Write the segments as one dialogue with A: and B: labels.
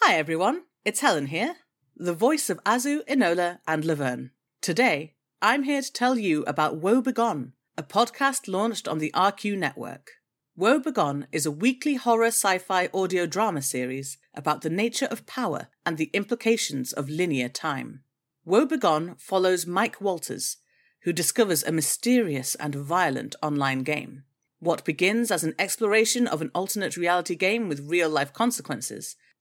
A: Hi everyone, it's Helen here, the voice of Azu, Enola, and Laverne. Today, I'm here to tell you about Woe Begone, a podcast launched on the RQ network. Woe Begone is a weekly horror sci fi audio drama series about the nature of power and the implications of linear time. Woe Begone follows Mike Walters, who discovers a mysterious and violent online game. What begins as an exploration of an alternate reality game with real life consequences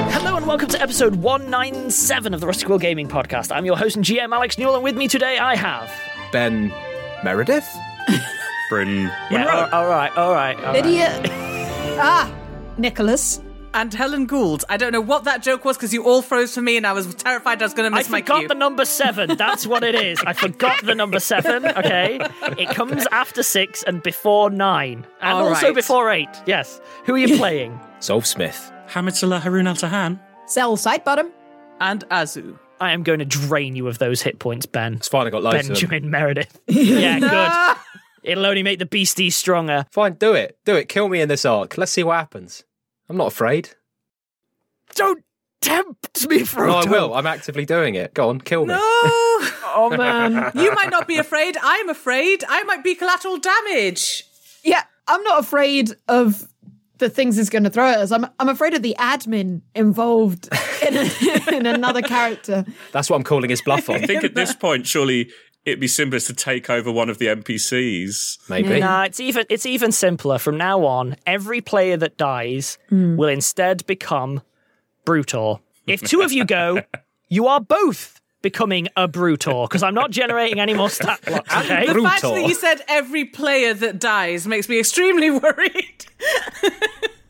B: Hello and welcome to episode 197 of the Rustic World Gaming Podcast. I'm your host and GM Alex Newell, and with me today I have.
C: Ben Meredith? Bryn Monroe.
B: all right, all right. all right.
D: Ah, Nicholas.
A: And Helen Gould. I don't know what that joke was because you all froze for me and I was terrified I was going to
B: I
A: miss my
B: forgot
A: cue.
B: the number seven. That's what it is. I forgot the number seven. Okay, it comes after six and before nine, and
A: All
B: also
A: right.
B: before eight. Yes. Who are you playing?
C: Zolf Smith.
E: Hamitullah Harun Al Tahan.
D: Sell sight bottom.
A: and Azu.
B: I am going to drain you of those hit points, Ben.
C: It's fine, I got loads of them.
B: Benjamin Meredith. Yeah, good. It'll only make the beasties stronger.
C: Fine, do it. Do it. Kill me in this arc. Let's see what happens. I'm not afraid.
B: Don't tempt me,
C: No,
B: Frodo.
C: Oh, I will. I'm actively doing it. Go on, kill me.
A: No!
B: Oh man.
A: You might not be afraid. I'm afraid. I might be collateral damage.
D: Yeah, I'm not afraid of the things it's going to throw at us. I'm, I'm afraid of the admin involved in, a, in another character.
C: That's what I'm calling his bluff on.
E: I think at this point, surely it'd be simplest to take over one of the NPCs.
C: Maybe.
B: Nah, it's even it's even simpler. From now on, every player that dies
A: Hmm.
B: will instead become Brutor. If two of you go, you are both becoming a Brutor because I'm not generating any more stat blocks. Okay,
A: The fact
C: Brutal.
A: that you said every player that dies makes me extremely worried.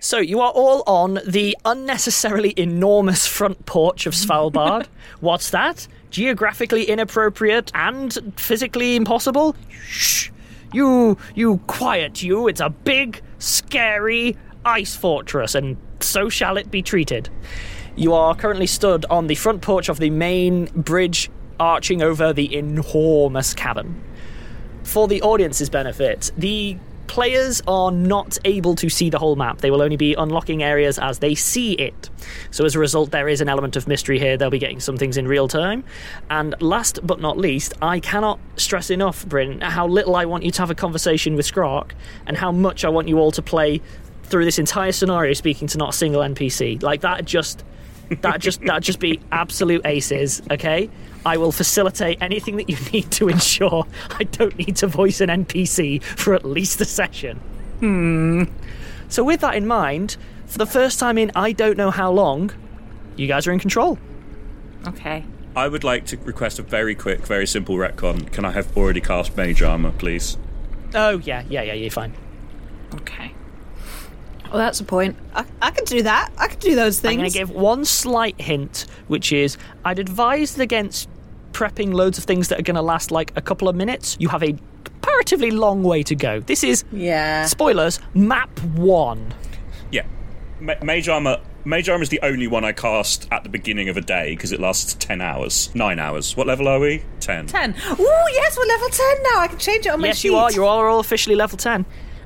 B: so you are all on the unnecessarily enormous front porch of Svalbard. What's that? Geographically inappropriate and physically impossible. Shh, you you quiet you. It's a big, scary ice fortress, and so shall it be treated. You are currently stood on the front porch of the main bridge arching over the enormous cavern. For the audience's benefit, the players are not able to see the whole map. They will only be unlocking areas as they see it. So, as a result, there is an element of mystery here. They'll be getting some things in real time. And last but not least, I cannot stress enough, Bryn, how little I want you to have a conversation with Skrark and how much I want you all to play through this entire scenario speaking to not a single NPC. Like that just that just that just be absolute aces, okay? I will facilitate anything that you need to ensure I don't need to voice an NPC for at least a session. Hmm. So with that in mind, for the first time in I don't know how long, you guys are in control.
F: Okay.
E: I would like to request a very quick, very simple retcon. Can I have already cast mage armor, please?
B: Oh yeah, yeah, yeah, you're fine.
F: Okay.
G: Oh,
F: Well, that's a point.
D: I, I could do that. I could do those
B: I'm going
D: things.
B: to give one slight hint, which is I'd advise against prepping loads of things that are going to last like a couple of minutes. You have a comparatively long way to go. This is
A: Yeah.
B: spoilers map one.
E: Yeah. Ma- mage armor. Mage armor is the only one I cast at the beginning of a day because it lasts ten hours, nine hours. What level are we? Ten.
A: Ten. Oh yes, we're level ten now. I can change it on my
B: yes,
A: sheet.
B: you are. You all are all officially level ten,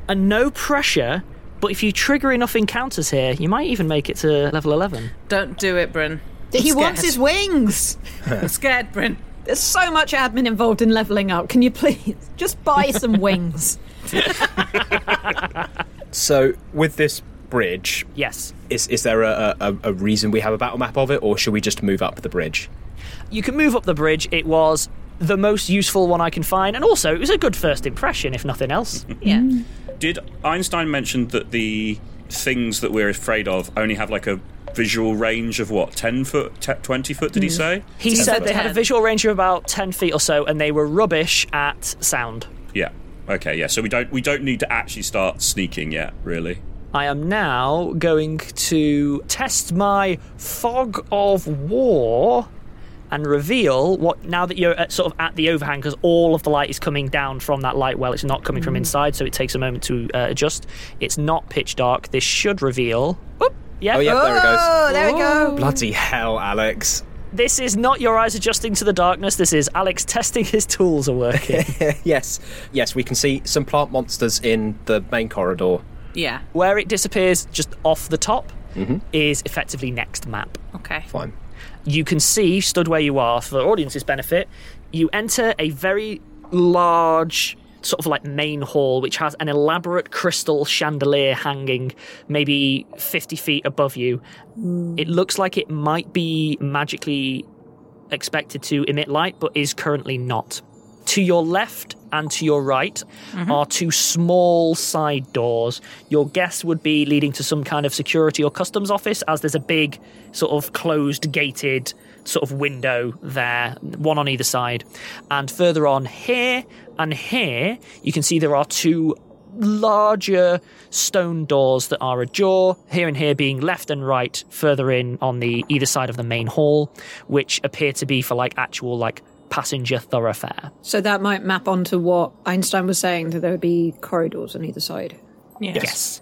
B: and no pressure. But if you trigger enough encounters here, you might even make it to level eleven.
A: Don't do it, Bryn.
D: he
A: scared.
D: wants his wings.
A: I'm scared, Bryn.
G: There's so much admin involved in leveling up. Can you please just buy some wings?
C: So with this bridge,
B: Yes.
C: is is there a, a, a reason we have a battle map of it, or should we just move up the bridge?
B: You can move up the bridge. It was the most useful one I can find, and also it was a good first impression, if nothing else.
A: Yeah.
G: Mm.
E: Did Einstein mention that the things that we're afraid of only have like a visual range of what, 10 foot, te- 20 foot, did he say?
B: He said they had a
A: Ten.
B: visual range of about 10 feet or so, and they were rubbish at sound.
E: Yeah. Okay, yeah. So we don't we don't need to actually start sneaking yet, really.
B: I am now going to test my fog of war and reveal what now that you're at, sort of at the overhang because all of the light is coming down from that light well it's not coming
C: Mm.
B: from inside so it takes a moment to uh, adjust it's not pitch dark this should reveal Oop, yeah
C: Oh yeah, there it goes.
G: there we go.
C: Bloody hell, Alex.
B: this is not your eyes adjusting to the darkness this is alex testing his tools are working
C: yes, yes, we can see some plant monsters in the main corridor.
A: Yeah.
B: where it disappears just off the top
C: Mm-hmm.
B: is effectively next map
A: Okay.
C: Fine.
B: you can see, stood where you are, for the audience's benefit, you enter a very large sort of like main hall which has an elaborate crystal chandelier hanging maybe 50 feet above you. It looks like it might be magically expected to emit light, but is currently not. To your left and to your right are two small side doors. Your guess would be leading to some kind of security or customs office, as there's a big, sort of closed, gated sort of window there, one on either side. And further on here and here, you can see there are two larger stone doors that are ajar, here and here being left and right, further in on the either side of the main hall, which appear to be for like actual like passenger thoroughfare.
G: So that might map onto what Einstein was saying that there would be corridors on either side.
A: Yeah.
B: Yes.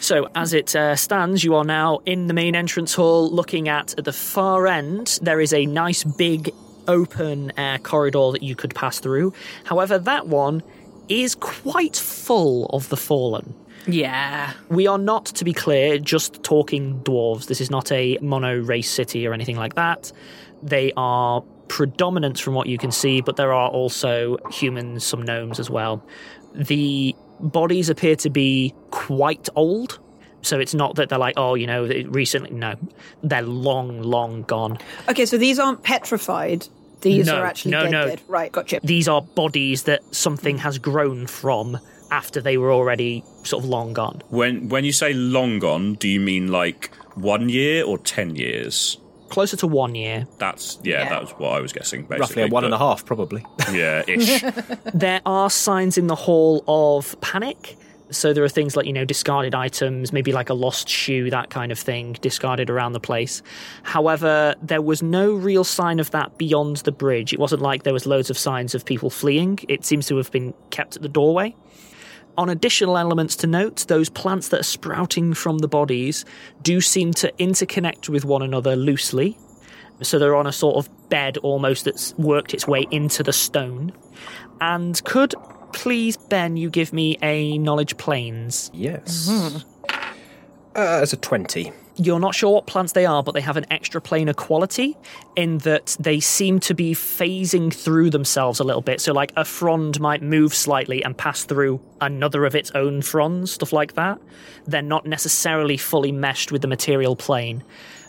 B: So, as it uh, stands, you are now in the main entrance hall looking at, at the far end. There is a nice big open air corridor that you could pass through. However, that one is quite full of the fallen.
A: Yeah.
B: We are not, to be clear, just talking dwarves. This is not a mono race city or anything like that. They are predominant from what you can see, but there are also humans, some gnomes as well. The bodies appear to be quite old. So it's not that they're like, oh, you know, they- recently. No, they're long, long gone.
G: Okay, so these aren't petrified. These
B: No,
G: are actually
B: no,
G: dead,
B: no.
G: dead. Right, gotcha.
B: These are bodies that something has grown from after they were already sort of long gone.
E: When when you say long gone, do you mean like 1 year or 10 years?
B: Closer to one year,
E: That's yeah, that was what I was guessing basically.
C: Roughly a one and a half, probably.
E: half. Yeah, ish.
B: there are signs in the hall of panic. So there are things like, you know, discarded items, maybe like a lost shoe, that kind of thing, discarded around the place. However, there was no real sign of that beyond the bridge. It wasn't like there was loads of signs of people fleeing. It seems to have been kept at the doorway. On additional elements to note, those plants that are sprouting from the bodies do seem to interconnect with one another loosely. So they're on a sort of bed almost that's worked its way into the stone. And could please, Ben, you give me a knowledge planes?
C: yes.
A: Mm-hmm.
C: Uh, as a 20.
B: You're not sure what plants they are, but they have an extra planar quality in that they seem to be phasing through themselves a little bit. So, like, a frond might move slightly and pass through another of its own fronds, stuff like that. They're not necessarily fully meshed with the material plane.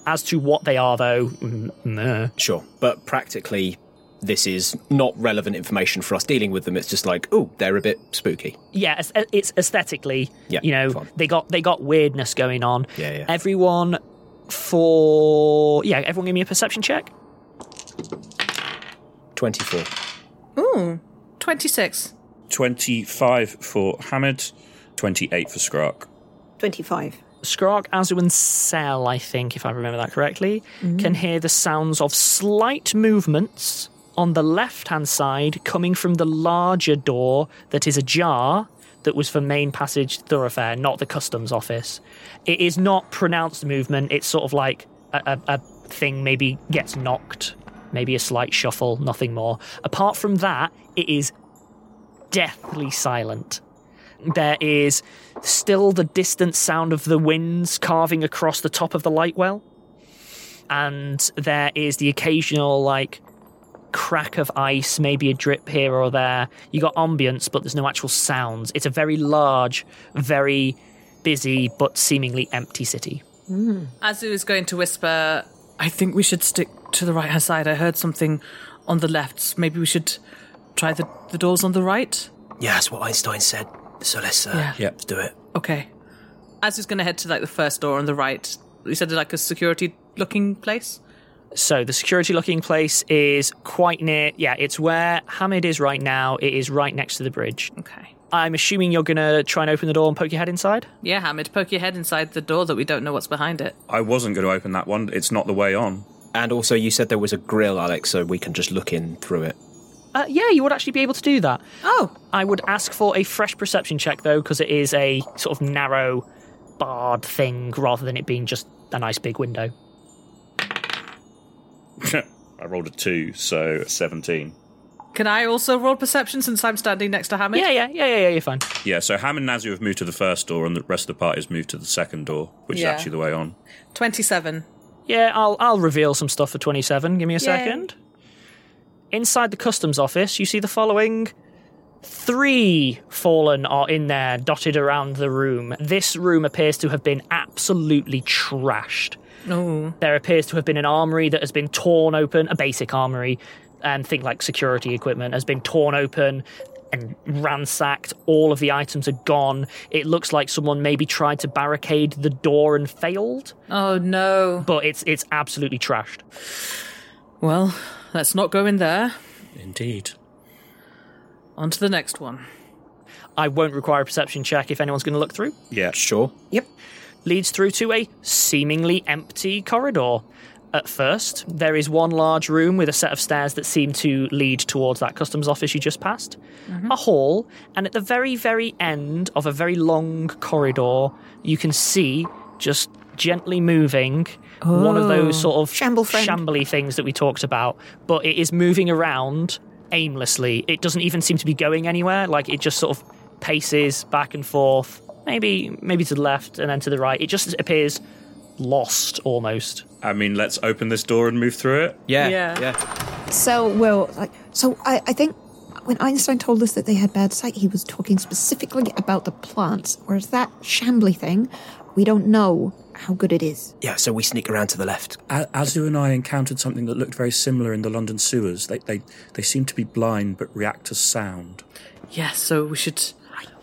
B: As to what they are, though, mm, meh.
C: Sure. But practically, this is not relevant information for us dealing with them. It's just like, oh, they're a bit spooky.
B: yeah, it's- it's aesthetically,
C: Yeah,
B: you know,
C: fine.
B: they got they got weirdness going on.
C: Yeah, yeah.
B: Everyone for yeah, everyone give me a perception check.
C: 24.
A: Ooh. 26.
E: 25 for Hamid, 28 for Skrark.
G: 25.
B: Skrark, Azu, and Cell, I think, if I remember that correctly, can hear the sounds of slight movements on the left hand side coming from the larger door that is ajar that was for main passage thoroughfare, not the customs office. It is not pronounced movement, it's sort of like a, a, a thing maybe gets knocked, maybe a slight shuffle, nothing more. Apart from that, it is deathly silent there is still the distant sound of the winds carving across the top of the light well and there is the occasional like crack of ice, maybe a drip here or there. You got ambience, but there's no actual sounds. It's a very large, very busy, but seemingly empty city.
A: Azu is going to whisper, I think we should stick to the right hand side. I heard something on the left. so Maybe we should try the, the doors on the right.
H: Yeah, that's what Einstein said. So let's uh,
A: Yeah.
E: Yep.
H: let's do it.
A: Okay. Azu's going to head to like the first door on the right. You said like a security looking place?
B: So the security looking place is quite near. Yeah, it's where Hamid is right now. It is right next to the bridge.
A: Okay.
B: I'm assuming you're going to try and open the door and poke your head inside?
A: Yeah, Hamid, poke your head inside the door that we don't know what's behind it.
E: I wasn't going to open that one. It's not the way on.
C: And also, you said there was a grill, Alex, so we can just look in through it.
B: Uh, yeah, you would actually be able to do that.
A: Oh,
B: I would ask for a fresh perception check though, because it is a sort of narrow, barred thing rather than it being just a nice big window.
E: I rolled a two, so seventeen.
A: can I also roll perception since I'm standing next to Hamid?
B: Yeah, yeah, yeah, yeah, yeah. You're fine.
E: Yeah, so Ham and Nazu have moved to the first door, and the rest of the party has moved to the second door, which
A: Yeah.
E: is actually the way on.
A: 27.
B: Yeah, I'll I'll reveal some stuff for 27. Give me a second. Inside the customs office, you see the following. Three fallen are in there, dotted around the room. This room appears to have been absolutely trashed.
A: Oh.
B: There appears to have been an armory that has been torn open, a basic armory, and think like security equipment has been torn open and ransacked. All of the items are gone. It looks like someone maybe tried to barricade the door and failed,
A: Oh, no.
B: but it's it's absolutely trashed.
A: Well, let's not go in there.
H: Indeed.
A: On to the next one.
B: I won't require a perception check if anyone's going to look through.
E: Yeah,
C: Sure.
B: Leads through to a seemingly empty corridor. At first, there is one large room with a set of stairs that seem to lead towards that customs office you just passed,
G: Mm-hmm.
B: a hall, and at the very, very end of a very long corridor, you can see just gently moving one of those sort of
G: Shamble friend.
B: shambly things that we talked about, but it is moving around aimlessly. It doesn't even seem to be going anywhere. Like it just sort of paces back and forth, maybe maybe to the left and then to the right. It just appears lost almost.
E: I mean, let's open this door and move through it.
C: Yeah.
A: Yeah.
C: Yeah.
F: So, Will, like, so I, I think when Einstein told us that they had bad sight, he was talking specifically about the plants, whereas that shambly thing, we don't know how good it is.
H: Yeah, so we sneak around to the left.
I: A- Azu and I encountered something that looked very similar in the London sewers. They they they seem to be blind but react to sound.
A: Yeah, so we should.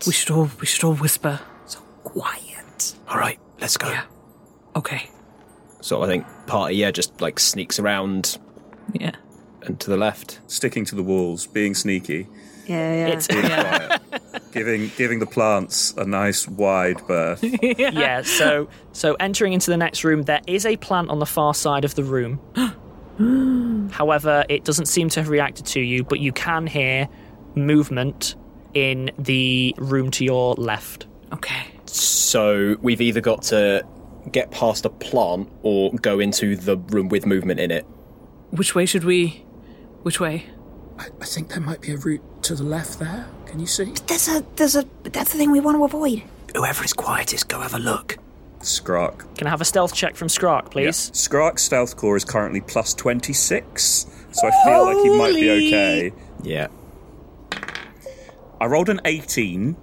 A: We should all we should all whisper.
F: So quiet.
H: All right, let's go.
A: Yeah. Okay.
C: So I think party, yeah, just like sneaks around
A: Yeah.
C: and to the left.
E: Sticking to the walls, being sneaky,
F: Yeah, yeah.
B: It's
E: giving giving the plants a nice wide berth.
B: yeah, so so entering into the next room, there is a plant on the far side of the room. However, it doesn't seem to have reacted to you, but you can hear movement in the room to your left.
A: Okay.
C: So we've either got to get past a plant or go into the room with movement in it.
A: Which way should we? Which way?
I: I, I think there might be a route to the left there. Can you see?
F: There's a, there's a, that's the thing we want to avoid.
H: Whoever is quietest, go have a look.
E: Skrark.
B: Can I have a stealth check from Skrark, please?
E: Skrark's stealth core is currently plus twenty six, so I feel like he might be okay.
C: Yeah.
E: I rolled an eighteen.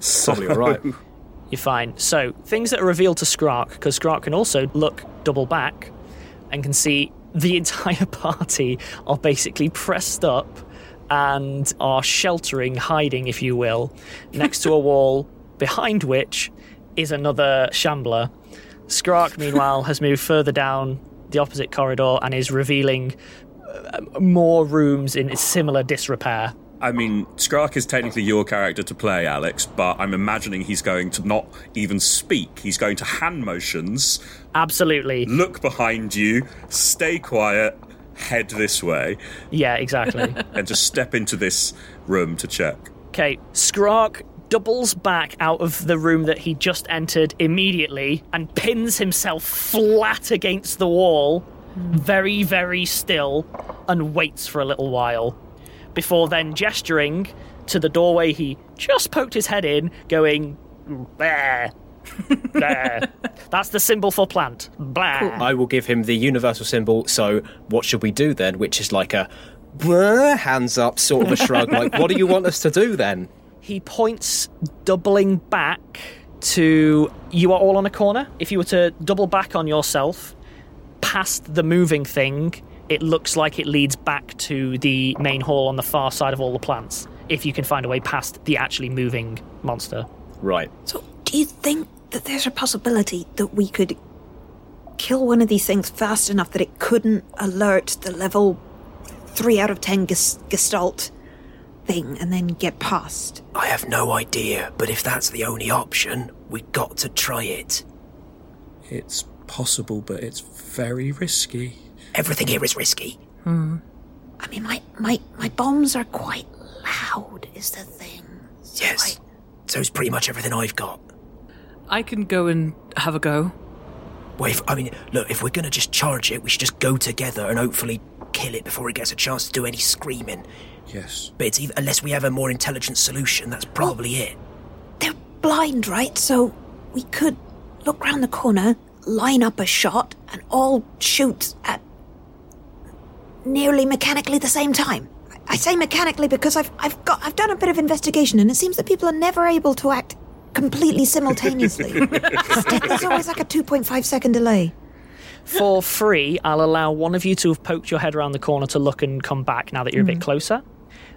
E: So
C: Probably all right.
B: You're fine. So, things that are revealed to Skrark, because Skrark can also look double back and can see the entire party are basically pressed up and are sheltering, hiding, if you will, next to a wall behind which is another shambler. Skrark, meanwhile, has moved further down the opposite corridor and is revealing uh, more rooms in similar disrepair.
E: I mean, Skrark is technically your character to play, Alex, but I'm imagining he's going to not even speak. He's going to hand motions,
B: Absolutely.
E: look behind you, stay quiet, head this way,
B: Yeah, exactly.
E: and just step into this room to check.
B: Okay, Skrark doubles back out of the room that he just entered immediately and pins himself flat against the wall, very, very still, and waits for a little while. Before then gesturing to the doorway he just poked his head in, going, there. there. That's the symbol for plant. Blah.
C: I will give him the universal symbol. So what should we do then? Which is like a "Bruh," hands up, sort of a shrug, like, what do you want us to do then?
B: He points, doubling back to you are all on a corner. If you were to double back on yourself past the moving thing, it looks like it leads back to the main hall on the far side of all the plants. If you can find a way past the actually moving monster.
C: Right.
F: So, do you think that there's a possibility that we could kill one of these things fast enough that it couldn't alert the level 3 out of 10 ges- gestalt thing and then get past?
H: I have no idea, but if that's the only option, we got to try it.
I: It's possible, but it's very risky.
H: Everything here is risky.
F: I mean, my, my, my bombs are quite loud, is the thing.
H: yes. So it's pretty much everything I've got.
A: I can go and have a go.
H: Well, if, I mean, look, if we're going to just charge it, we should just go together and hopefully kill it before it gets a chance to do any screaming.
I: Yes.
H: But it's either, unless we have a more intelligent solution, that's probably it.
F: Blind, right? So, we could look round the corner, line up a shot, and all shoot at nearly mechanically the same time. I- I say mechanically because I've, I've got I've done a bit of investigation and it seems that people are never able to act completely simultaneously. There's always like a 2.5 second delay.
B: For free, I'll allow one of you to have poked your head around the corner to look and come back now that you're a bit
F: Mhm.
B: closer.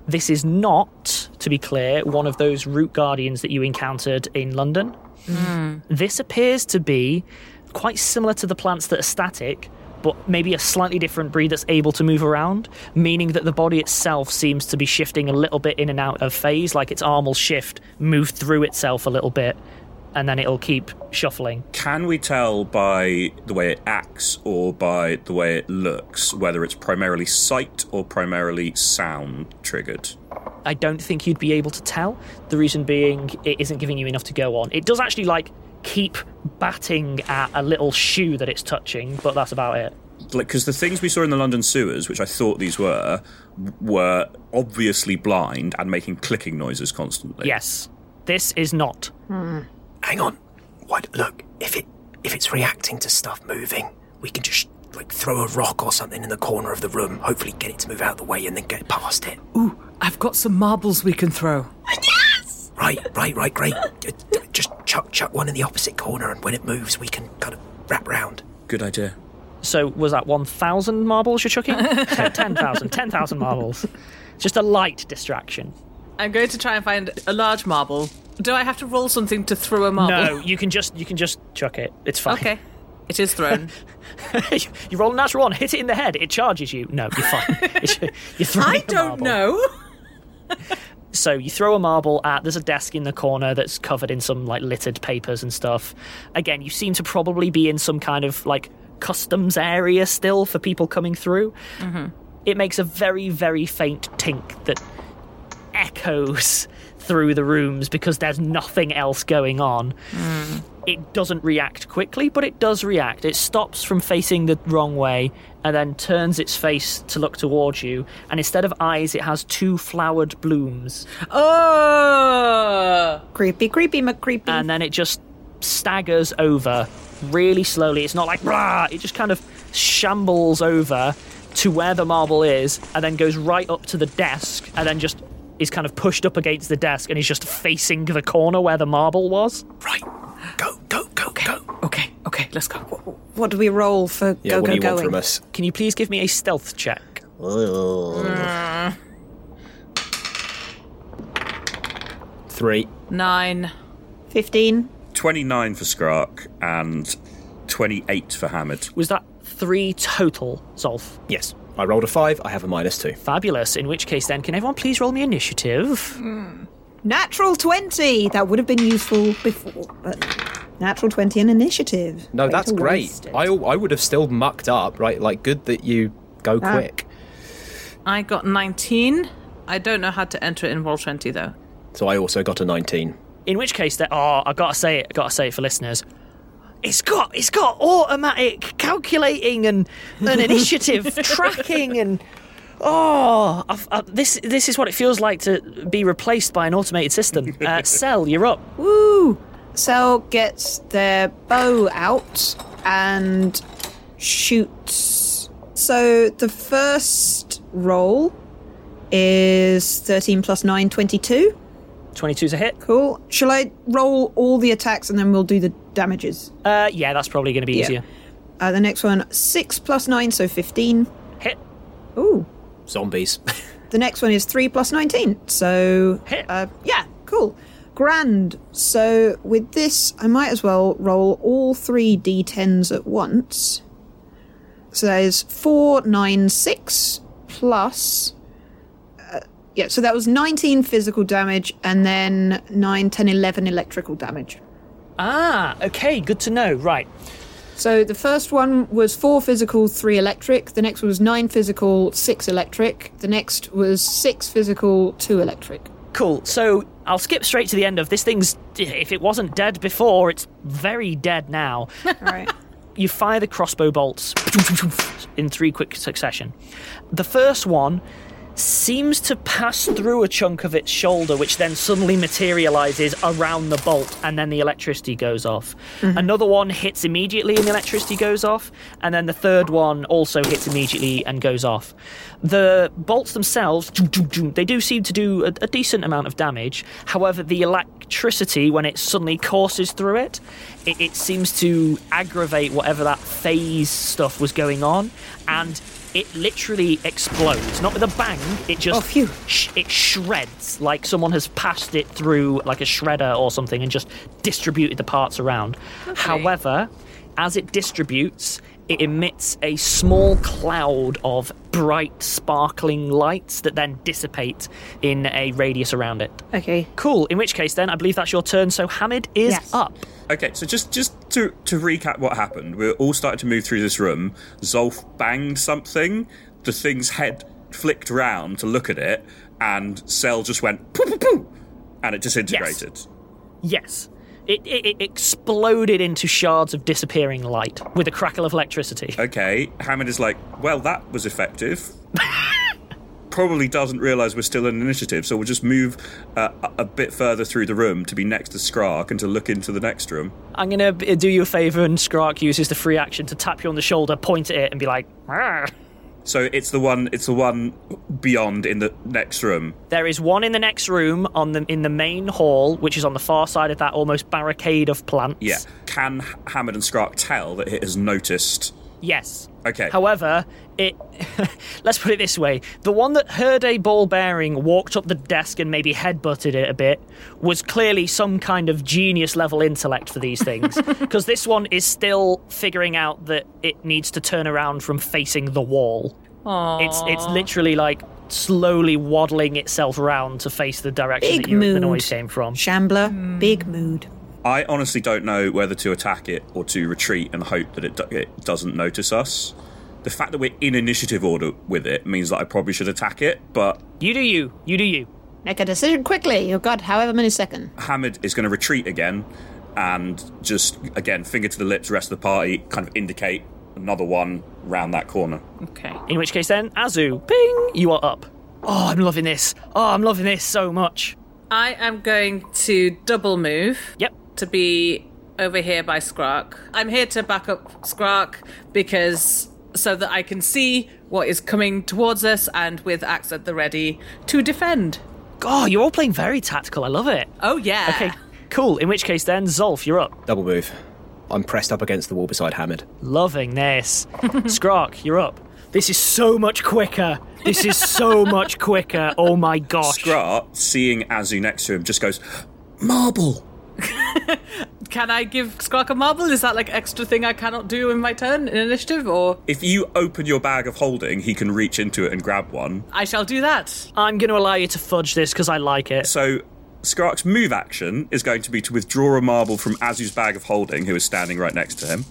B: This is not, to be clear, one of those root guardians that you encountered in London. This appears to be quite similar to the plants that are static, but maybe a slightly different breed that's able to move around, meaning that the body itself seems to be shifting a little bit in and out of phase, like its arm will shift, move through itself a little bit, and then it'll keep shuffling.
E: Can we tell by the way it acts or by the way it looks whether it's primarily sight or primarily sound triggered?
B: I don't think you'd be able to tell. The reason being, it isn't giving you enough to go on. It does actually like keep batting at a little shoe that it's touching, but that's about it.
E: Like, because the things we saw in the London sewers, which I thought these were, were obviously blind and making clicking noises constantly.
B: Yes, this is not.
H: Hang on. What? Look, if it if it's reacting to stuff moving, we can just like throw a rock or something in the corner of the room. Hopefully, get it to move out of the way and then get past it.
A: Ooh, I've got some marbles we can throw.
H: Right, right, right, great. Ju- ju- Just chuck chuck one in the opposite corner, and when it moves, we can kind of wrap round.
I: Good idea.
B: So was that one thousand marbles you're chucking? Ten- Ten thousand. Ten thousand marbles. Just a light distraction.
A: I'm going to try and find a large marble. Do I have to roll something to throw a marble?
B: No, you can just you can just chuck it. It's fine.
A: Okay. It is thrown.
B: you roll a natural one, hit it in the head, it charges you. No, you're fine. you're throwing I don't
A: know.
B: so you throw a marble at. There's a desk in the corner that's covered in some like littered papers and stuff. Again, you seem to probably be in some kind of like customs area still for people coming through. It makes a very very faint tink that echoes through the rooms because there's nothing else going on. It doesn't react quickly, but it does react. It stops from facing the wrong way and then turns its face to look towards you. And instead of eyes, it has two flowered blooms.
A: Oh!
F: Creepy, creepy, McCreepy.
B: And then it just staggers over really slowly. It's not like rah, it just kind of shambles over to where the marble is and then goes right up to the desk and then just is kind of pushed up against the desk and is just facing the corner where the marble was.
H: Right. Go, go, go, go.
A: Okay, okay, let's go.
F: What do we roll for
C: Yeah,
F: go
C: what
F: go
C: do you
F: going?
C: want from us?
B: Can you please give me a stealth check?
C: Three.
A: Nine.
F: 15.
E: 29 for Skrark and 28 for Hamid.
B: Was that three total, Zolf?
C: Yes. I rolled a five, I have a minus two.
B: Fabulous. In which case, then, can everyone please roll me initiative?
F: Natural 20! That would have been useful before, but natural 20 and initiative.
C: No,
F: Way
C: that's
F: to
C: great.
F: waste it.
C: I, I would have still mucked up, right? Like, good that you go
F: Ah.
C: quick.
A: I got 19. I don't know how to enter it in roll 20, though.
C: So I also got a 19.
B: In which case, there. Oh, I gotta say it. I gotta say it for listeners. It's got it's got automatic calculating and an initiative tracking and oh, I've, I, this this is what it feels like to be replaced by an automated system. Uh, Cell, you're up.
F: Woo! Cell gets their bow out and shoots. So the first roll is 13 plus 9, 22.
B: 22's a hit.
F: Cool. Shall I roll all the attacks and then we'll do the damages?
B: Uh, yeah, that's probably going to be
F: Yeah.
B: easier.
F: Uh, the next one, 6 plus 9, so 15.
B: Hit.
F: Ooh.
C: Zombies.
F: The next one is 3 plus 19, so. Uh, yeah, cool. Grand. So with this, I might as well roll all three d10s at once. So that is 4, 9, 6 plus. uh, Yeah, so that was 19 physical damage and then 9, 10, 11 electrical damage.
B: Ah, okay, good to know. Right.
G: So the first one was four physical, three electric. The next one was nine physical, six electric. The next was six physical, two electric.
B: Cool. So I'll skip straight to the end of this thing's. If it wasn't dead before, it's very dead now.
F: right.
B: You fire the crossbow bolts in three quick succession. The first one seems to pass through a chunk of its shoulder, which then suddenly materializes around the bolt, and then the electricity goes off.
J: Mhm.
B: Another one hits immediately, and the electricity goes off, and then the third one also hits immediately and goes off. The bolts themselves, they do seem to do a, a decent amount of damage. However, the electricity, when it suddenly courses through it, it, it seems to aggravate whatever that phase stuff was going on, and it literally explodes. Not with a bang, it just Sh- it shreds like someone has passed it through like a shredder or something and just distributed the parts around. However, as it distributes, it emits a small cloud of bright sparkling lights that then dissipate in a radius around it.
F: Okay.
B: Cool. In which case then I believe that's your turn, so Hamid is up.
E: Okay, so just just to to recap what happened, we all started to move through this room. Zolf banged something. The thing's head flicked round to look at it, and Cell just went poo poo poo, and it disintegrated.
B: Yes. It, it, it exploded into shards of disappearing light with a crackle of electricity.
E: Okay, Hammond is like, well, that was effective. Probably doesn't realise we're still in initiative, so we'll just move uh, a- a bit further through the room to be next to Skrark and to look into the next room.
B: I'm gonna b- do you a favor, and Skrark uses the free action to tap you on the shoulder, point at it, and be like, "Arr."
E: So it's the one, it's the one beyond in the next room.
B: "There is one in the next room on the in the main hall, which is on the far side of that almost barricade of plants."
E: Yeah. Can H- Hammond and Skrark tell that it has noticed?
B: Yes.
E: Okay.
B: However, it let's put it this way: the one that heard a ball bearing walked up the desk and maybe headbutted it a bit was clearly some kind of genius level intellect for these things, because this one is still figuring out that it needs to turn around from facing the wall. It's it's
A: Aw.
B: literally like slowly waddling itself around to face the direction
F: Big
B: that you, the
F: mood.
B: noise came from.
F: Shambler,
G: Hmm.
F: big mood.
E: I honestly don't know whether to attack it or to retreat and hope that it, do- it doesn't notice us. The fact that we're in initiative order with it means that I probably should attack it, but
B: you do you, you do you.
G: Make a decision quickly. You've got however many seconds.
E: Hamid is going to retreat again and just, again, finger to the lips, rest of the party, kind of indicate another one round that corner.
B: Okay. In which case, then Azu, ping, you are up. Oh, I'm loving this. Oh, I'm loving this so much.
A: I am going to double move.
B: Yep.
A: To be over here by Skrark. I'm here to back up Skrark because so that I can see what is coming towards us and with axe at the ready to defend.
B: God, you're all playing very tactical. I love it.
A: Oh yeah.
B: Okay, cool. In which case, then Zolf, you're up.
C: Double move. I'm pressed up against the wall beside Hamid.
B: Loving this. Skrark, you're up. This is so much quicker. This is so much quicker. Oh my gosh.
E: Skrat, seeing Azu next to him, just goes, Marble!
A: Can I give Skrark a marble? Is that like extra thing I cannot do in my turn in initiative or
E: If you open your bag of holding, he can reach into it and grab one.
A: I shall do that.
B: I'm going to allow you to fudge this because I like it.
E: So, Skrark's move action is going to be to withdraw a marble from Azu's bag of holding, who is standing right next to him.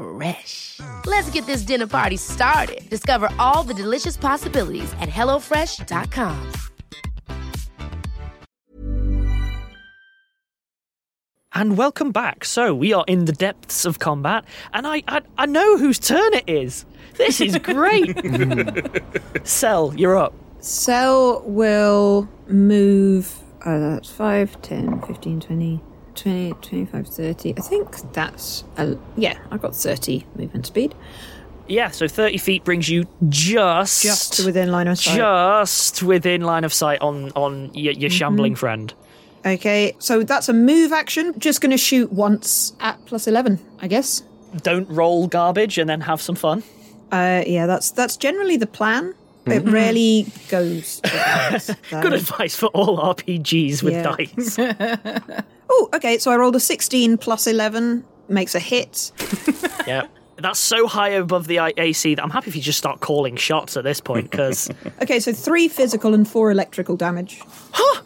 K: Fresh. Let's get this dinner party started. Discover all the delicious possibilities at hellofresh.com.
B: And welcome back. So we are in the depths of combat, and I I, I know whose turn it is. This is great. Cell, you're up.
D: Cell will move. Oh, that's 5, 10, 15, 20, 20, 25, 30. I think that's. A, yeah, I've got 30 movement speed.
B: Yeah, so 30 feet brings you just
D: Just within line of sight.
B: Just within line of sight on on your, your shambling
D: Mhm.
B: friend.
D: Okay, so that's a move action. Just going to shoot once at plus 11, I guess.
B: Don't roll garbage and then have some fun.
D: Uh, yeah, that's that's generally the plan. It
B: Mhm.
D: rarely goes.
B: Good advice for all RPGs with
D: Yeah.
B: dice.
D: oh, okay. So I rolled a sixteen plus eleven makes a hit.
B: yeah. That's so high above the I- AC that I'm happy if you just start calling shots at this point because
D: Okay, so three physical and four electrical damage. Huh?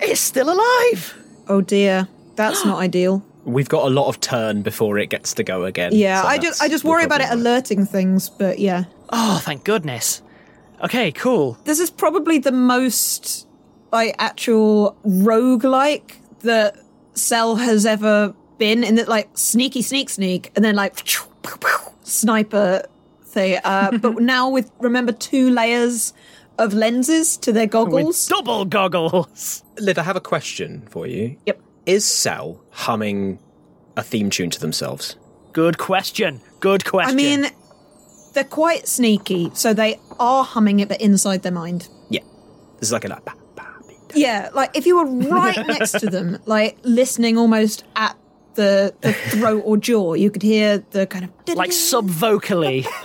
B: It's still alive.
D: Oh dear, that's not ideal.
C: We've got a lot of turn before it gets to go again.
D: Yeah,
C: so
D: I
C: that's
D: just I just
C: the
D: worry about it
C: problem.
D: alerting things, but yeah.
B: Oh, thank goodness. Okay, cool.
D: This is probably the most like actual roguelike that Cell has ever been in that like sneaky sneak sneak and then like sniper thing. Uh, but now with remember two layers of lenses to their goggles.
B: double goggles.
C: Liv, I have a question for you.
D: Yep.
C: Is Cell humming a theme tune to themselves?
B: Good question. Good
D: I
B: question.
D: mean, they're quite sneaky, so they are humming it, but inside their mind.
C: Yeah. This is like an app.
D: Yeah, like if you were right next to them, like listening almost at the, the throat or jaw, you could hear the kind of
B: like sub vocally.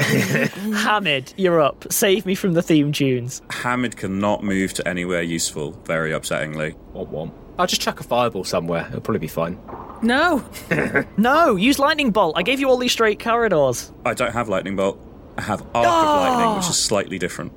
B: Hamid, you're up. Save me from the theme tunes.
E: Hamid cannot move to anywhere useful, very upsettingly.
C: What one? I'll just chuck a fireball somewhere. It'll probably be fine.
A: No.
B: no, use lightning bolt. I gave you all these straight corridors.
E: I don't have lightning bolt. I have arc
B: Oh.
E: of lightning, which is slightly different.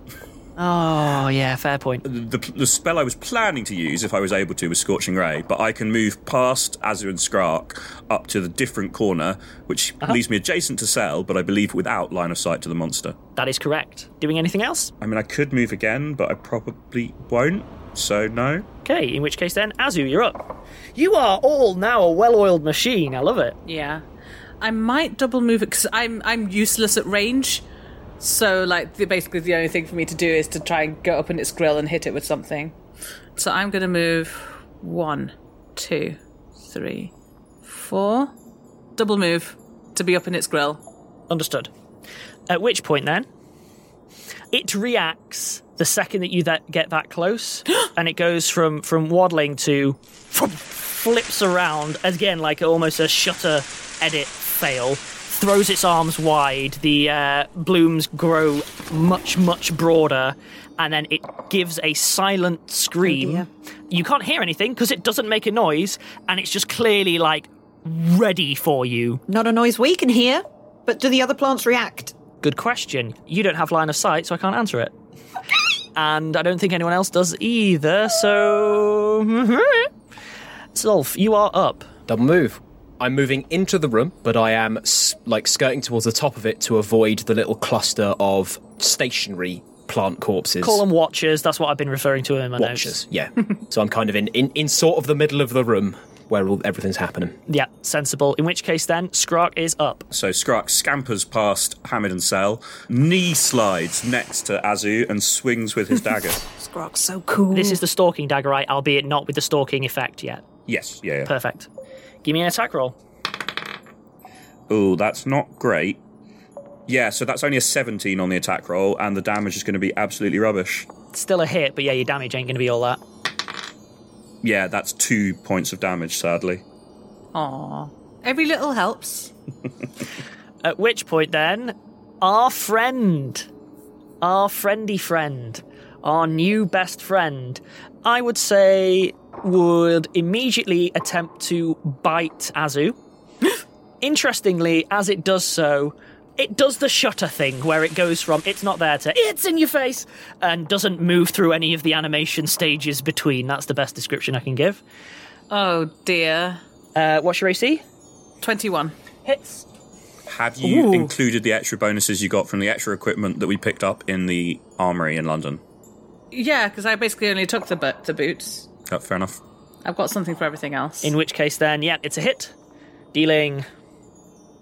B: Oh, yeah, fair point.
E: The, the spell I was planning to use, if I was able to, was Scorching Ray, but I can move past Azur and Skrark up to the different corner, which leaves me adjacent to Cell, but I believe without line of sight to the monster.
B: That is correct. Doing anything else?
E: I mean, I could move again, but I probably won't, so no.
B: Okay, in which case then, Azu, you're up. You are all now a well oiled machine. I love it.
A: Yeah, I might double move it because I'm I'm useless at range. So like the, basically the only thing for me to do is to try and go up in its grill and hit it with something. So I'm gonna move one, two, three, four. Double move to be up in its grill.
B: Understood. At which point then, it reacts the second that you that get that close, and it goes from from waddling to flips around again like almost a shutter edit fail. Throws its arms wide. The uh, blooms grow much much broader, and then it gives a silent scream. you can't hear anything because it doesn't make a noise, and it's just clearly like ready for you.
D: Not a noise we can hear, but do the other plants react?
B: Good question. You don't have line of sight, so I can't answer it. and I don't think anyone else does either, so. Solf, you are up.
C: Double move. I'm moving into the room, but I am s- like skirting towards the top of it to avoid the little cluster of stationary plant corpses.
B: Call them watchers. That's what I've been referring to them in my notes.
C: Watchers, yeah. so I'm kind of in, in, in sort of the middle of the room where all, everything's happening.
B: Yeah, sensible. In which case, then Skrark is up.
E: So Skrark scampers past Hamid and Sel, knee slides next to Azu, and swings with his dagger.
B: Skrark's so cool. This is the stalking dagger, right? Albeit not with the stalking effect yet.
E: Yes, yeah. yeah.
B: Perfect. Give me an attack roll.
E: Oh, that's not great. Yeah, so that's only a 17 on the attack roll, and the damage is going to be absolutely rubbish.
B: Still a hit, but yeah, your damage ain't going to be all that.
E: Yeah, that's two points of damage, sadly.
A: Aw, every little helps.
B: At which point, then, our friend, our friendy friend, our new best friend, I would say would immediately attempt to bite Azu. Interestingly, as it does so, it does the shutter thing where it goes from it's not there to it's in your face and doesn't move through any of the animation stages between. That's the best description I can give.
A: Oh dear.
B: Uh, what's your AC?
A: 21.
B: Hits.
E: Have you
A: Ooh.
E: included the extra bonuses you got from the extra equipment that we picked up in the armory in London?
A: Yeah, because I basically only took the bo- the boots.
E: Oh, fair enough.
A: I've got something for everything else.
B: In which case, then, yeah, it's a hit, dealing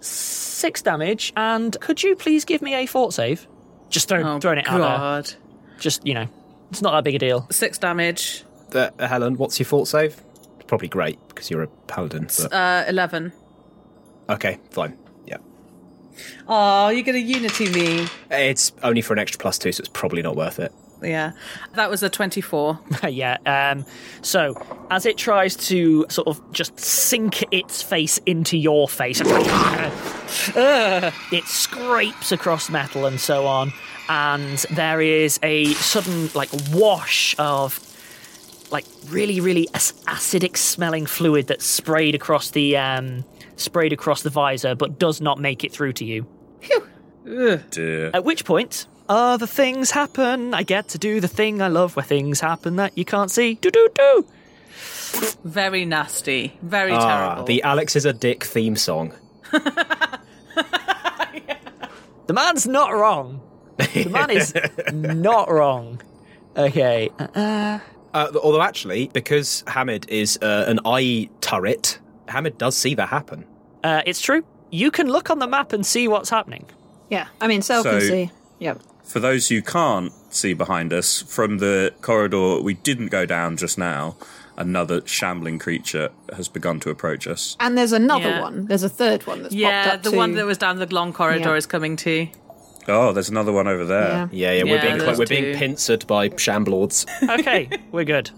B: six damage. And could you please give me a fort save? Just throw,
A: Oh,
B: throwing it out
A: there.
B: Just, you know, it's not that big a deal.
A: Six damage.
C: Uh, Helen, what's your fort save? It's probably great because you're a paladin. But...
A: Uh, 11.
C: okay, fine. Yeah.
A: Oh, you're going to unity me.
C: It's only for an extra plus two, so it's probably not worth it.
A: Yeah. That was a 24.
B: yeah. Um, so, as it tries to sort of just sink its face into your face, uh, it scrapes across metal and so on, and there is a sudden like wash of like really, really ac- acidic smelling fluid that's sprayed across the um, sprayed across the visor, but does not make it through to you.
E: Dear.
B: At which point, other things happen. I get to do the thing I love where things happen that you can't see. Do do do.
A: Very nasty. Very
C: Ah,
A: terrible.
C: The Alex is a dick theme song.
B: The man's not wrong. The man is not wrong. Okay. Uh,
C: Uh, although, actually, because Hamid is uh, an eye turret, Hamid does see that happen.
B: uh, it's true. You can look on the map and see what's happening.
D: Yeah, I mean, Sel can
E: So-
D: see. Yep.
E: For those who can't see behind us, from the corridor we didn't go down just now, another shambling creature has begun to approach us.
D: And there's another
A: Yeah.
D: one. There's a third one that's
A: yeah,
D: popped up
A: the
D: too.
A: one that was down the long corridor
D: Yeah.
A: is coming too.
E: Oh, there's another one over there.
C: Yeah, yeah, we're
A: Yeah,
C: being
A: those
C: we're being
A: two.
C: pincered by shamblords.
B: okay, we're good.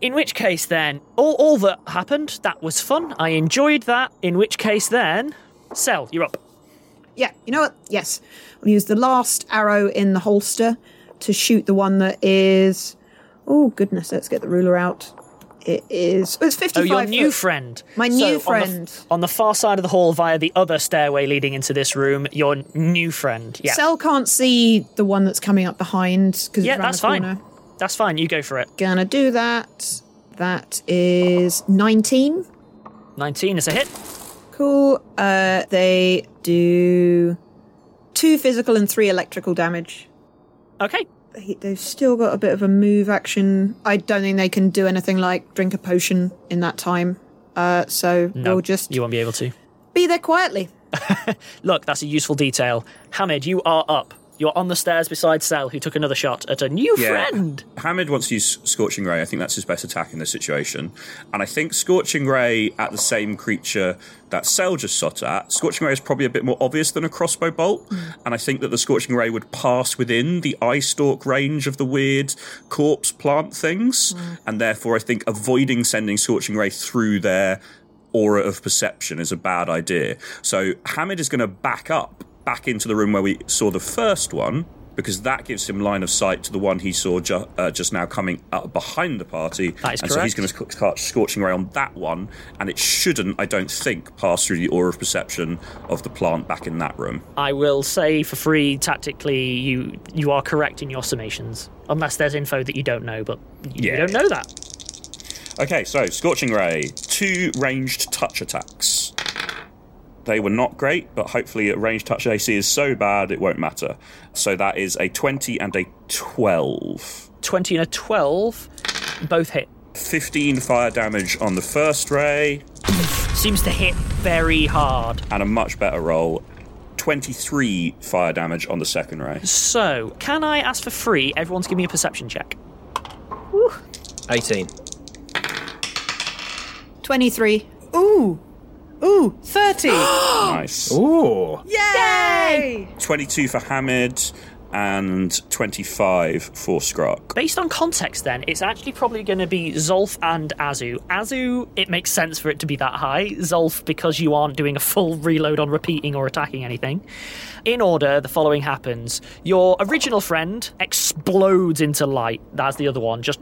B: In which case, then, all, all that happened, that was fun. I enjoyed that. In which case, then, Sel, you're up.
D: Yeah, you know what? Yes. We'll use the last arrow in the holster to shoot the one that is. Oh, goodness. Let's get the ruler out. It is. It's
B: Oh,
D: fifty-five.
B: your new
D: foot.
B: friend.
D: My
B: So,
D: new
B: on the-
D: friend.
B: on the far side of the hall via the other stairway leading into this room, your new friend. Yeah.
D: Cell can't see the one that's coming up behind because
B: yeah,
D: it's around
B: that's
D: the corner.
B: fine. That's fine. You go for it.
D: Gonna do that. That is nineteen.
B: 19 is a hit.
D: Cool. Uh, they do two physical and three electrical damage.
B: Okay.
D: They, they've still got a bit of a move action. I don't think they can do anything like drink a potion in that time. Uh, so
B: No,
D: we'll just
B: you won't be able to.
D: be there quietly.
B: Look, that's a useful detail. Hamid, you are up. You're on the stairs beside Sal, who took another shot at a new friend.
E: Hamid wants to use Scorching Ray. I think that's his best attack in this situation. And I think Scorching Ray at the same creature that Cell just shot at, Scorching Ray is probably a bit more obvious than a crossbow bolt. And I think that the Scorching Ray would pass within the eye stalk range of the weird corpse plant things. And therefore, I think avoiding sending Scorching Ray through their aura of perception is a bad idea. So Hamid is going to back up, back into the room where we saw the first one, because that gives him line of sight to the one he saw ju- uh, just now coming up behind the party. That
B: is
E: and so he's going
B: correct.
E: to start scorching ray on that one, and it shouldn't, I don't think, pass through the aura of perception of the plant back in that room.
B: I will say for free, tactically, you you are correct in your summations, unless there's info that you don't know, but you don't know that.
E: Okay, so Scorching Ray, two ranged touch attacks. They were not great, but hopefully a ranged touch AC is so bad it won't matter. So that is a 20 and a 12.
B: 20 and a 12, both hit.
E: 15 fire damage on the first ray.
B: Seems to hit very hard.
E: And a much better roll. 23 fire damage on the second ray.
B: So, can I ask for free? Everyone's give me a perception check.
C: 18.
D: Twenty-three.
A: Ooh. Ooh, 30.
E: nice.
C: Ooh.
A: Yay!
E: 22 for Hamid and 25 for Skrark.
B: Based on context, then, it's actually probably going to be Zolf and Azu. Azu, it makes sense for it to be that high. Zolf, because you aren't doing a full reload on repeating or attacking anything. In order, the following happens your original friend explodes into light. That's the other one. Just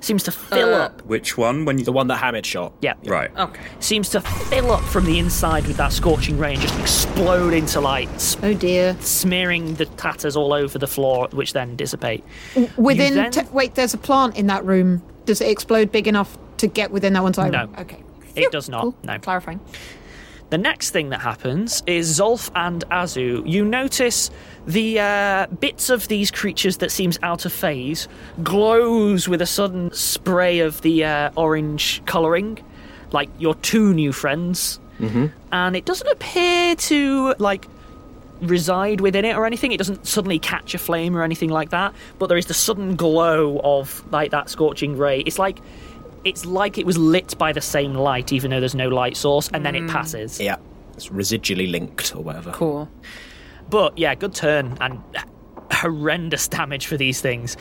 B: seems to
D: Uh.
B: fill up.
E: Which one? When you...
C: The one that Hamid shot.
B: Yeah.
E: Right.
A: Okay.
B: Seems to fill up from the inside with that scorching ray and just explode into light.
D: Oh dear.
B: Smearing the tatters all over the floor, which then dissipate.
D: W- Within.
B: then-
D: te- wait, there's a plant in that room. Does it explode big enough to get within that one's eye?
B: No.
D: Okay.
B: It does not. No.
D: Clarifying.
B: The next thing that happens is Zolf and Azu. You notice the uh, bits of these creatures that seems out of phase glows with a sudden spray of the uh, orange coloring, like your two new friends.
C: Mm-hmm.
B: and it doesn't appear to like reside within it or anything it doesn't suddenly catch a flame or anything like that but there is the sudden glow of like that scorching ray it's like it's like it was lit by the same light even though there's no light source and then it
C: Mm.
B: passes
C: Yeah. It's residually linked or whatever.
A: cool
B: but yeah good turn and horrendous damage for these things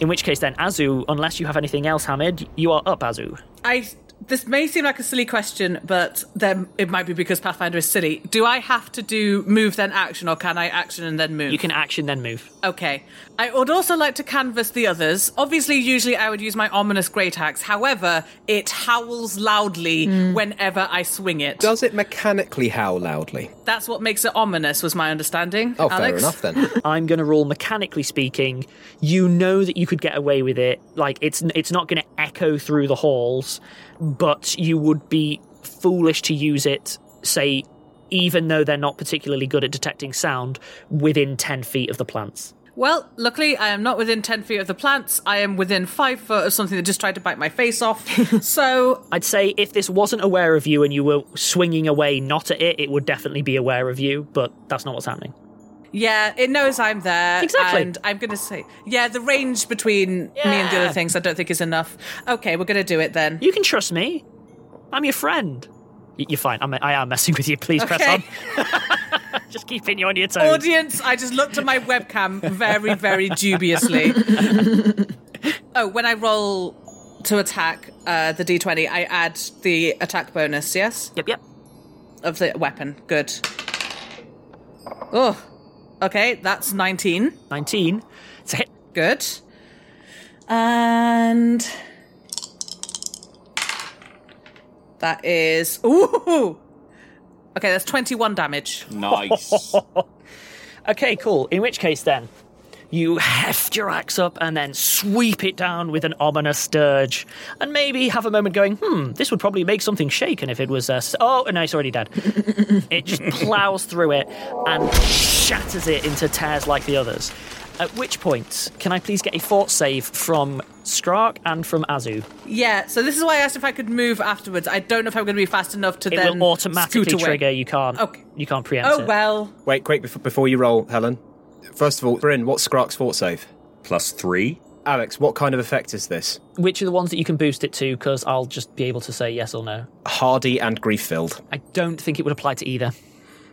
B: in which case then azu unless you have anything else hamid you are up azu
A: I this may seem like a silly question, but then it might be because Pathfinder is silly. Do I have to do move then action, or can I action and then move?
B: you can action then move
A: Okay. I would also like to canvass the others. Obviously, usually I would use my ominous great axe. However, it howls loudly whenever I swing it.
C: Does it mechanically howl loudly?
A: That's what makes it ominous, was my understanding.
C: Oh,
A: Alex?
C: fair enough then.
B: I'm going to rule mechanically speaking, you know that you could get away with it. Like it's it's not going to echo through the halls, but you would be foolish to use it. Say, even though they're not particularly good at detecting sound, within ten feet of the plants.
A: Well, luckily, I am not within 10 feet of the plants. I am within 5 foot of something that just tried to bite my face off. so.
B: I'd say if this wasn't aware of you and you were swinging away not at it, it would definitely be aware of you. But that's not what's happening.
A: Yeah, it knows I'm there.
B: Exactly.
A: And I'm going to say, yeah, the range between me and the other
B: Yeah.
A: things I don't think is enough. Okay, we're going to do it then.
B: You can trust me. I'm your friend. Y- You're fine. I'm, I am messing with you. Please press
A: Okay.
B: on. Just keeping you on your toes.
A: Audience, I just looked at my webcam very, very dubiously. oh, when I roll to attack uh, the d20, I add the attack bonus, yes?
B: Yep, yep.
A: Of the weapon. Good. Oh, okay, that's 19.
B: 19. It's a hit.
A: Good. And That is ooh. Okay, that's twenty-one damage.
B: Nice. okay, cool. In which case, then, you heft your axe up and then sweep it down with an ominous dirge, and maybe have a moment going, hmm, this would probably make something shaken if it was. Uh, s- oh, no, it's already dead. it just plows through it and shatters it into tears like the others. At which point, can I please get a fort save from Skrark and from Azu?
A: Yeah, so this is why I asked if I could move afterwards. I don't know if I'm going to be fast enough to
B: It
A: then
B: will automatically
A: scoot away.
B: trigger. You can't.
A: Okay.
B: You can't preempt
A: Oh
B: it.
A: well.
C: Wait, quick before, before you roll, Helen. First of all, Bryn, what's Skrark's fort save?
E: Plus three.
C: Alex, what kind of effect is this?
B: Which are the ones that you can boost it to? Because I'll just be able to say yes or no.
C: Hardy and grief filled.
B: I don't think it would apply to either.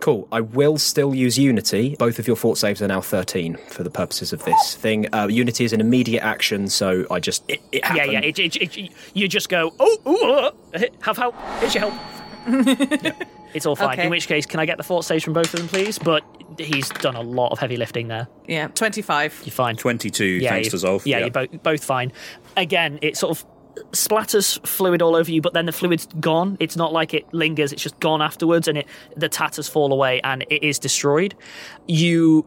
C: Cool. I will still use Unity. Both of your fort saves are now 13 for the purposes of this thing. Uh, Unity is an immediate action, so I just. It, it
B: yeah,
C: happened.
B: yeah. It, it, it, you just go, oh, ooh, uh, have help. Here's your help. Yeah, it's all fine.
A: Okay.
B: In which case, can I get the fort saves from both of them, please? But he's done a lot of heavy lifting there.
A: Yeah, twenty-five.
B: You're fine.
E: Twenty-two.
B: yeah,
E: thanks
B: you-
E: to Zolf.
B: Yeah, you're both both fine. Again, it sort of splatters fluid all over you, but then the fluid's gone. It's not like it lingers; it's just gone afterwards, and it the tatters fall away, and it is destroyed. You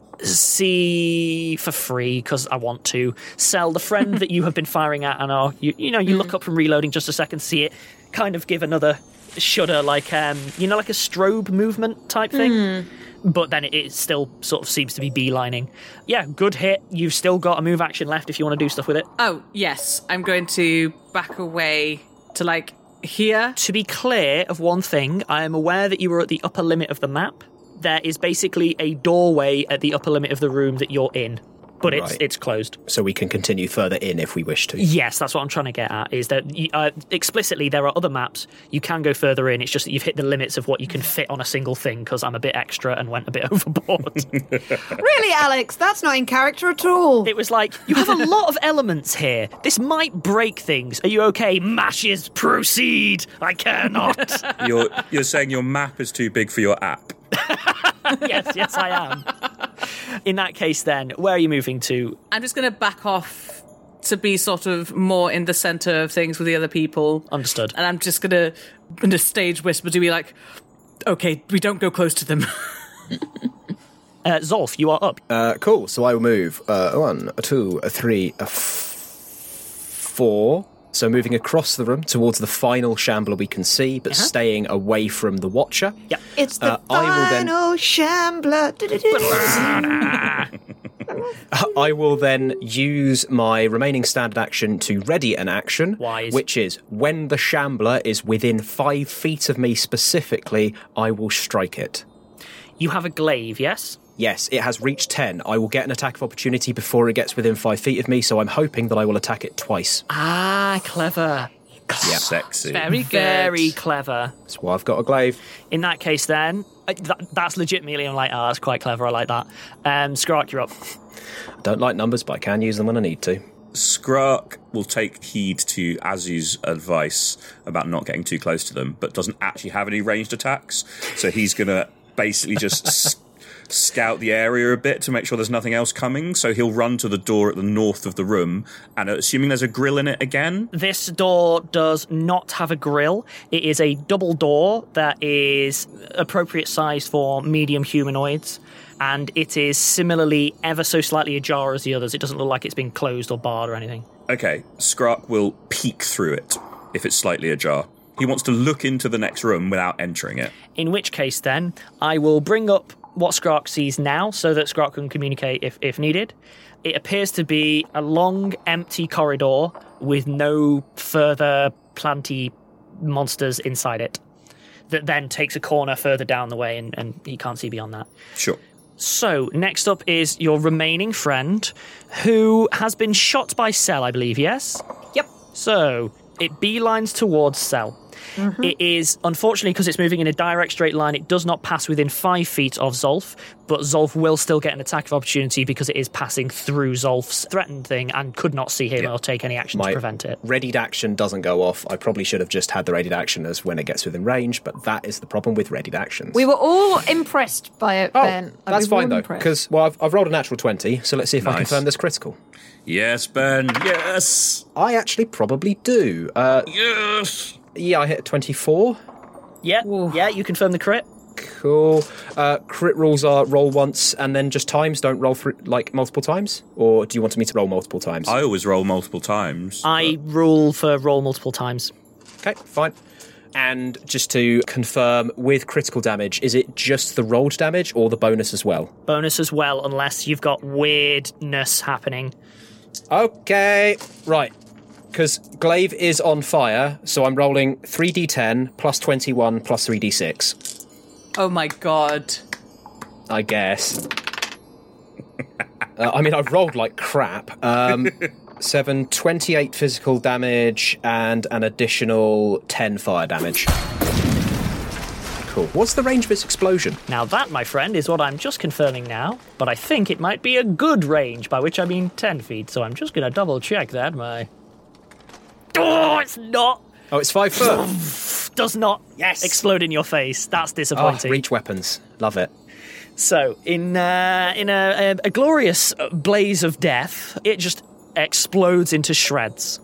B: see for free because I want to sell the friend that you have been firing at, and are you you know you
E: Mm.
B: look up from reloading just a second, see it kind of give another shudder, like um you know like a strobe movement type thing
E: Mm.
B: but then it- it still sort of seems to be beelining. Yeah, good hit. You've still got a move action left if you want to do stuff with it.
A: Oh yes, I'm going to back away to like here.
B: To be clear of one thing, I am aware that you were at the upper limit of the map. There is basically a doorway at the upper limit of the room that you're in, but it's
C: Right.
B: it's closed.
C: So we can continue further in if we wish to.
B: Yes, that's what I'm trying to get at. Is that you- uh, explicitly there are other maps you can go further in. It's just that you've hit the limits of what you can fit on a single thing. Because I'm a bit extra and went a bit overboard.
G: Really, Alex? That's not in character at all.
B: It was like you have a lot of elements here. This might break things. Are you okay? Mashes, proceed. I care not.
E: you're you're saying your map is too big for your app.
B: yes, yes, I am. In that case, then, where are you moving to?
A: I'm just going to back off to be sort of more in the center of things with the other people.
B: Understood.
A: And I'm just going to, in a stage whisper, to be like, okay, we don't go close to them.
B: Uh, Zolf, you are up.
C: Uh, cool. So I will move uh, one, a two, a three, a f- four. So moving across the room towards the final shambler we can see, but staying away from the watcher.
B: Uh-huh. Yep.
G: It's
B: uh,
C: the I
G: Final shambler.
C: will then I will then use my remaining standard action to ready an action,
B: Wise.
C: which is when the shambler is within five feet of me specifically, I will strike it.
B: You have a glaive, yes?
C: Yes, it has reached 10. I will get an attack of opportunity before it gets within 5 feet of me, so I'm hoping that I will attack it twice.
B: Ah, clever.
E: Sexy.
B: Very good. Very clever.
C: That's why I've got a glaive.
B: In that case, then, uh, that, that's legitimately, I'm like, ah, that's quite clever. I like that. Um, Skrark, you're up.
C: I don't like numbers, but I can use them when I need to.
E: Skrark will take heed to Azu's advice about not getting too close to them, but doesn't actually have any ranged attacks. So he's going to basically just s- scout the area a bit to make sure there's nothing else coming. So he'll run to the door at the north of the room, and assuming there's a grill in it again.
B: This door does not have a grill. It is a double door that is appropriate size for medium humanoids, and it is similarly ever so slightly ajar as the others. It doesn't look like it's been closed or barred or anything.
E: Okay, Skrark will peek through it if it's slightly ajar. He wants to look into the next room without entering it.
B: In which case, then, I will bring up what Skrark sees now so that Skrark can communicate if, if needed. It appears to be a long, empty corridor with no further planty monsters inside it, that then takes a corner further down the way, and, and he can't see beyond that.
E: Sure.
B: So, next up is your remaining friend who has been shot by Cell, I believe, yes? Yep. So, it beelines towards Cell. It is, unfortunately, because it's moving in a direct straight line, it does not pass within five feet of Zolf, but Zolf will still get an attack of opportunity because it is passing through Zolf's threatened thing and could not see him or take any action to prevent it.
C: readied action doesn't go off. I probably should have just had the readied action as when it gets within range, but that is the problem with readied actions.
G: We were all impressed by
D: Oh.
G: it, Ben. Like,
C: Oh, That's
G: we were
C: fine though,
G: impressed.
C: because well, I've, I've rolled a natural twenty, so let's see if I
E: Nice.
C: confirm this critical.
E: Yes, Ben. Yes.
C: I actually probably do. Uh,
E: yes.
C: Yeah, I hit 24.
B: Yeah, yeah, you confirm the crit.
C: Cool. Uh, crit rules are roll once and then just times. Don't roll for like multiple times. Or do you want me to roll multiple times?
E: I always roll multiple times.
B: I rule for roll multiple times.
C: Okay, fine. And just to confirm, with critical damage, is it just the rolled damage or the bonus as well?
B: Bonus as well, unless you've got weirdness happening.
C: Okay, right. Because glaive is on fire, so I'm rolling 3d10 plus 21 plus 3d6.
A: Oh my god.
C: I guess. uh, I mean, I've rolled like crap. Um, 7, 28 physical damage and an additional 10 fire damage. Cool. What's the range of this explosion?
B: Now, that, my friend, is what I'm just confirming now, but I think it might be a good range, by which I mean 10 feet, so I'm just going to double check that, my. Oh, it's not!
C: Oh, it's 5 foot.
B: Does not yes. explode in your face. That's
C: Oh,
B: disappointing.
C: reach weapons. Love it.
B: So, in uh, in a, a, a glorious blaze of death, it just explodes into shreds.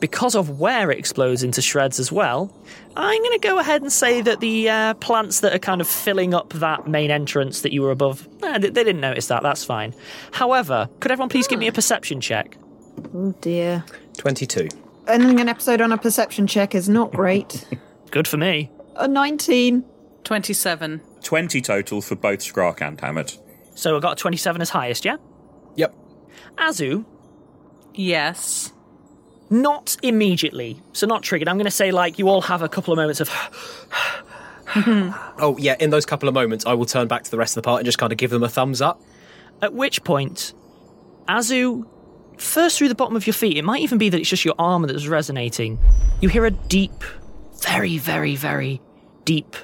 B: Because of where it explodes into shreds as well, I'm going to go ahead and say that the uh, plants that are kind of filling up that main entrance that you were above, eh, they they didn't notice that. That's fine. However, could everyone please give me a perception check?
G: Oh dear.
C: 22.
G: Ending an episode on a perception check is not great.
B: Good for me.
G: a 19.
A: 27.
E: 20 total for both Skrark and Hammett.
B: So I got a 27 as highest, yeah?
C: Yep.
B: Azu?
A: Yes.
B: Not immediately. So not triggered. I'm going to say, like, you all have a couple of moments of.
C: Oh, yeah, in those couple of moments, I will turn back to the rest of the part and just kind of give them a thumbs up.
B: At which point, Azu, first through the bottom of your feet, it might even be that it's just your armor that's resonating. You hear a deep, very, very, very deep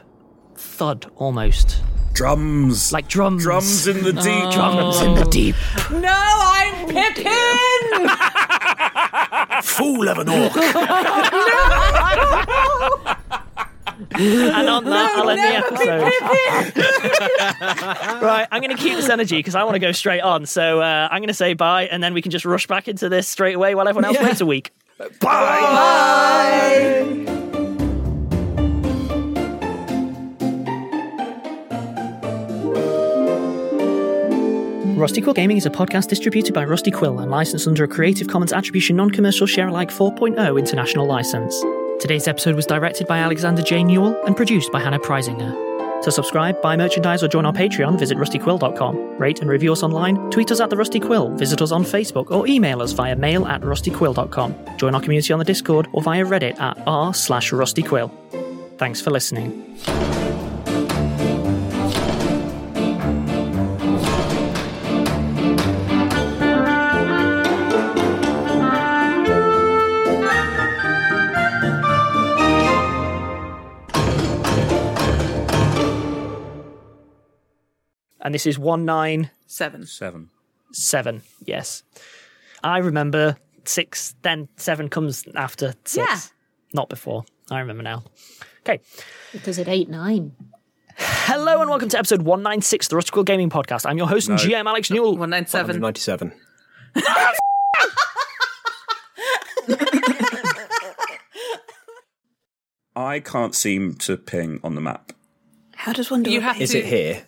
B: thud almost.
E: Drums.
B: Like drums.
E: Drums in the deep. Oh.
B: Drums in the deep.
A: No, I'm Pippin!
H: Fool of an orc.
B: and on that,
A: No,
B: I'll end
A: never be
B: the episode. right, I'm going to keep this energy because I want to go straight on. So uh, I'm going to say bye, and then we can just rush back into this straight away while everyone else waits a week. Rusty Quill Gaming is a podcast distributed by Rusty Quill and licensed under a Creative Commons Attribution Non Commercial Share Alike 4.0 international license. Today's episode was directed by Alexander J. Newell and produced by Hannah Preisinger. To subscribe, buy merchandise, or join our Patreon, visit rustyquill.com. Rate and review us online, tweet us at The Rusty Quill, visit us on Facebook, or email us via mail at rustyquill.com. Join our community on the Discord or via Reddit at r slash rustyquill. Thanks for listening. And this is 197.
E: Seven.
B: Seven, yes. I remember six, then seven comes after six.
G: Yeah.
B: Not before. I remember now. Okay.
G: Because it ate 9.
B: Hello and welcome to episode 196, the Rustical Gaming Podcast. I'm your host and
C: No.
B: GM, Alex Newell.
A: 197.
C: 97.
E: I can't seem to ping on the map.
F: How does one do
A: You have to-
C: here?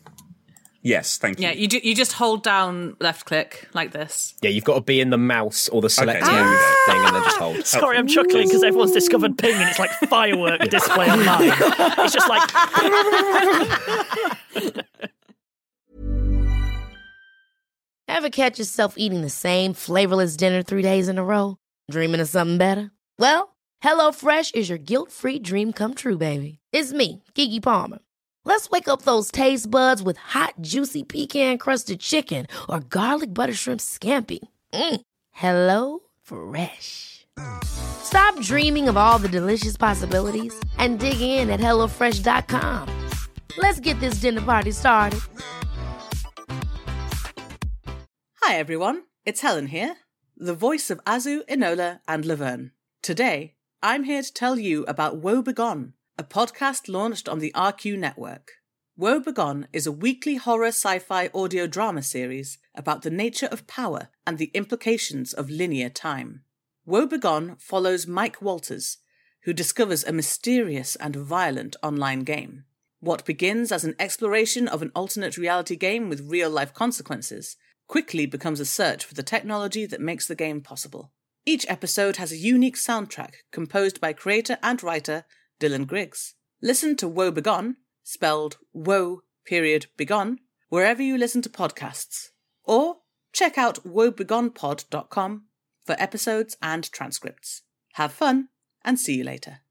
E: Yes, thank you.
A: Yeah, you do, you just hold down left click like this.
C: Yeah, you've got to be in the mouse or the select
A: Okay.
C: move thing and then just hold.
B: Sorry, I'm chuckling because everyone's discovered ping and it's like firework display on mine. It's just like.
K: Ever catch yourself eating the same flavorless dinner three days in a row? Dreaming of something better? Well, HelloFresh is your guilt free dream come true, baby. It's me, Kiki Palmer. Let's wake up those taste buds with hot, juicy pecan crusted chicken or garlic butter shrimp scampi. Mm. Hello Fresh. Stop dreaming of all the delicious possibilities and dig in at HelloFresh.com. Let's get this dinner party started.
L: Hi everyone, it's Helen here, the voice of Azu, Enola, and Laverne. Today, I'm here to tell you about Woe Begone, a podcast launched on the RQ network. Woe Begone is a weekly horror sci fi audio drama series about the nature of power and the implications of linear time. Woe Begone follows Mike Walters,
A: who discovers a mysterious and violent online game. What begins as an exploration of an alternate reality game with real life consequences quickly becomes a search for the technology that makes the game possible. Each episode has a unique soundtrack composed by creator and writer Dylan Griggs. Listen to Woe Begone, spelled Woe period Begone, wherever you listen to podcasts, or check out woebegonepod.com for episodes and transcripts. Have fun and see you later.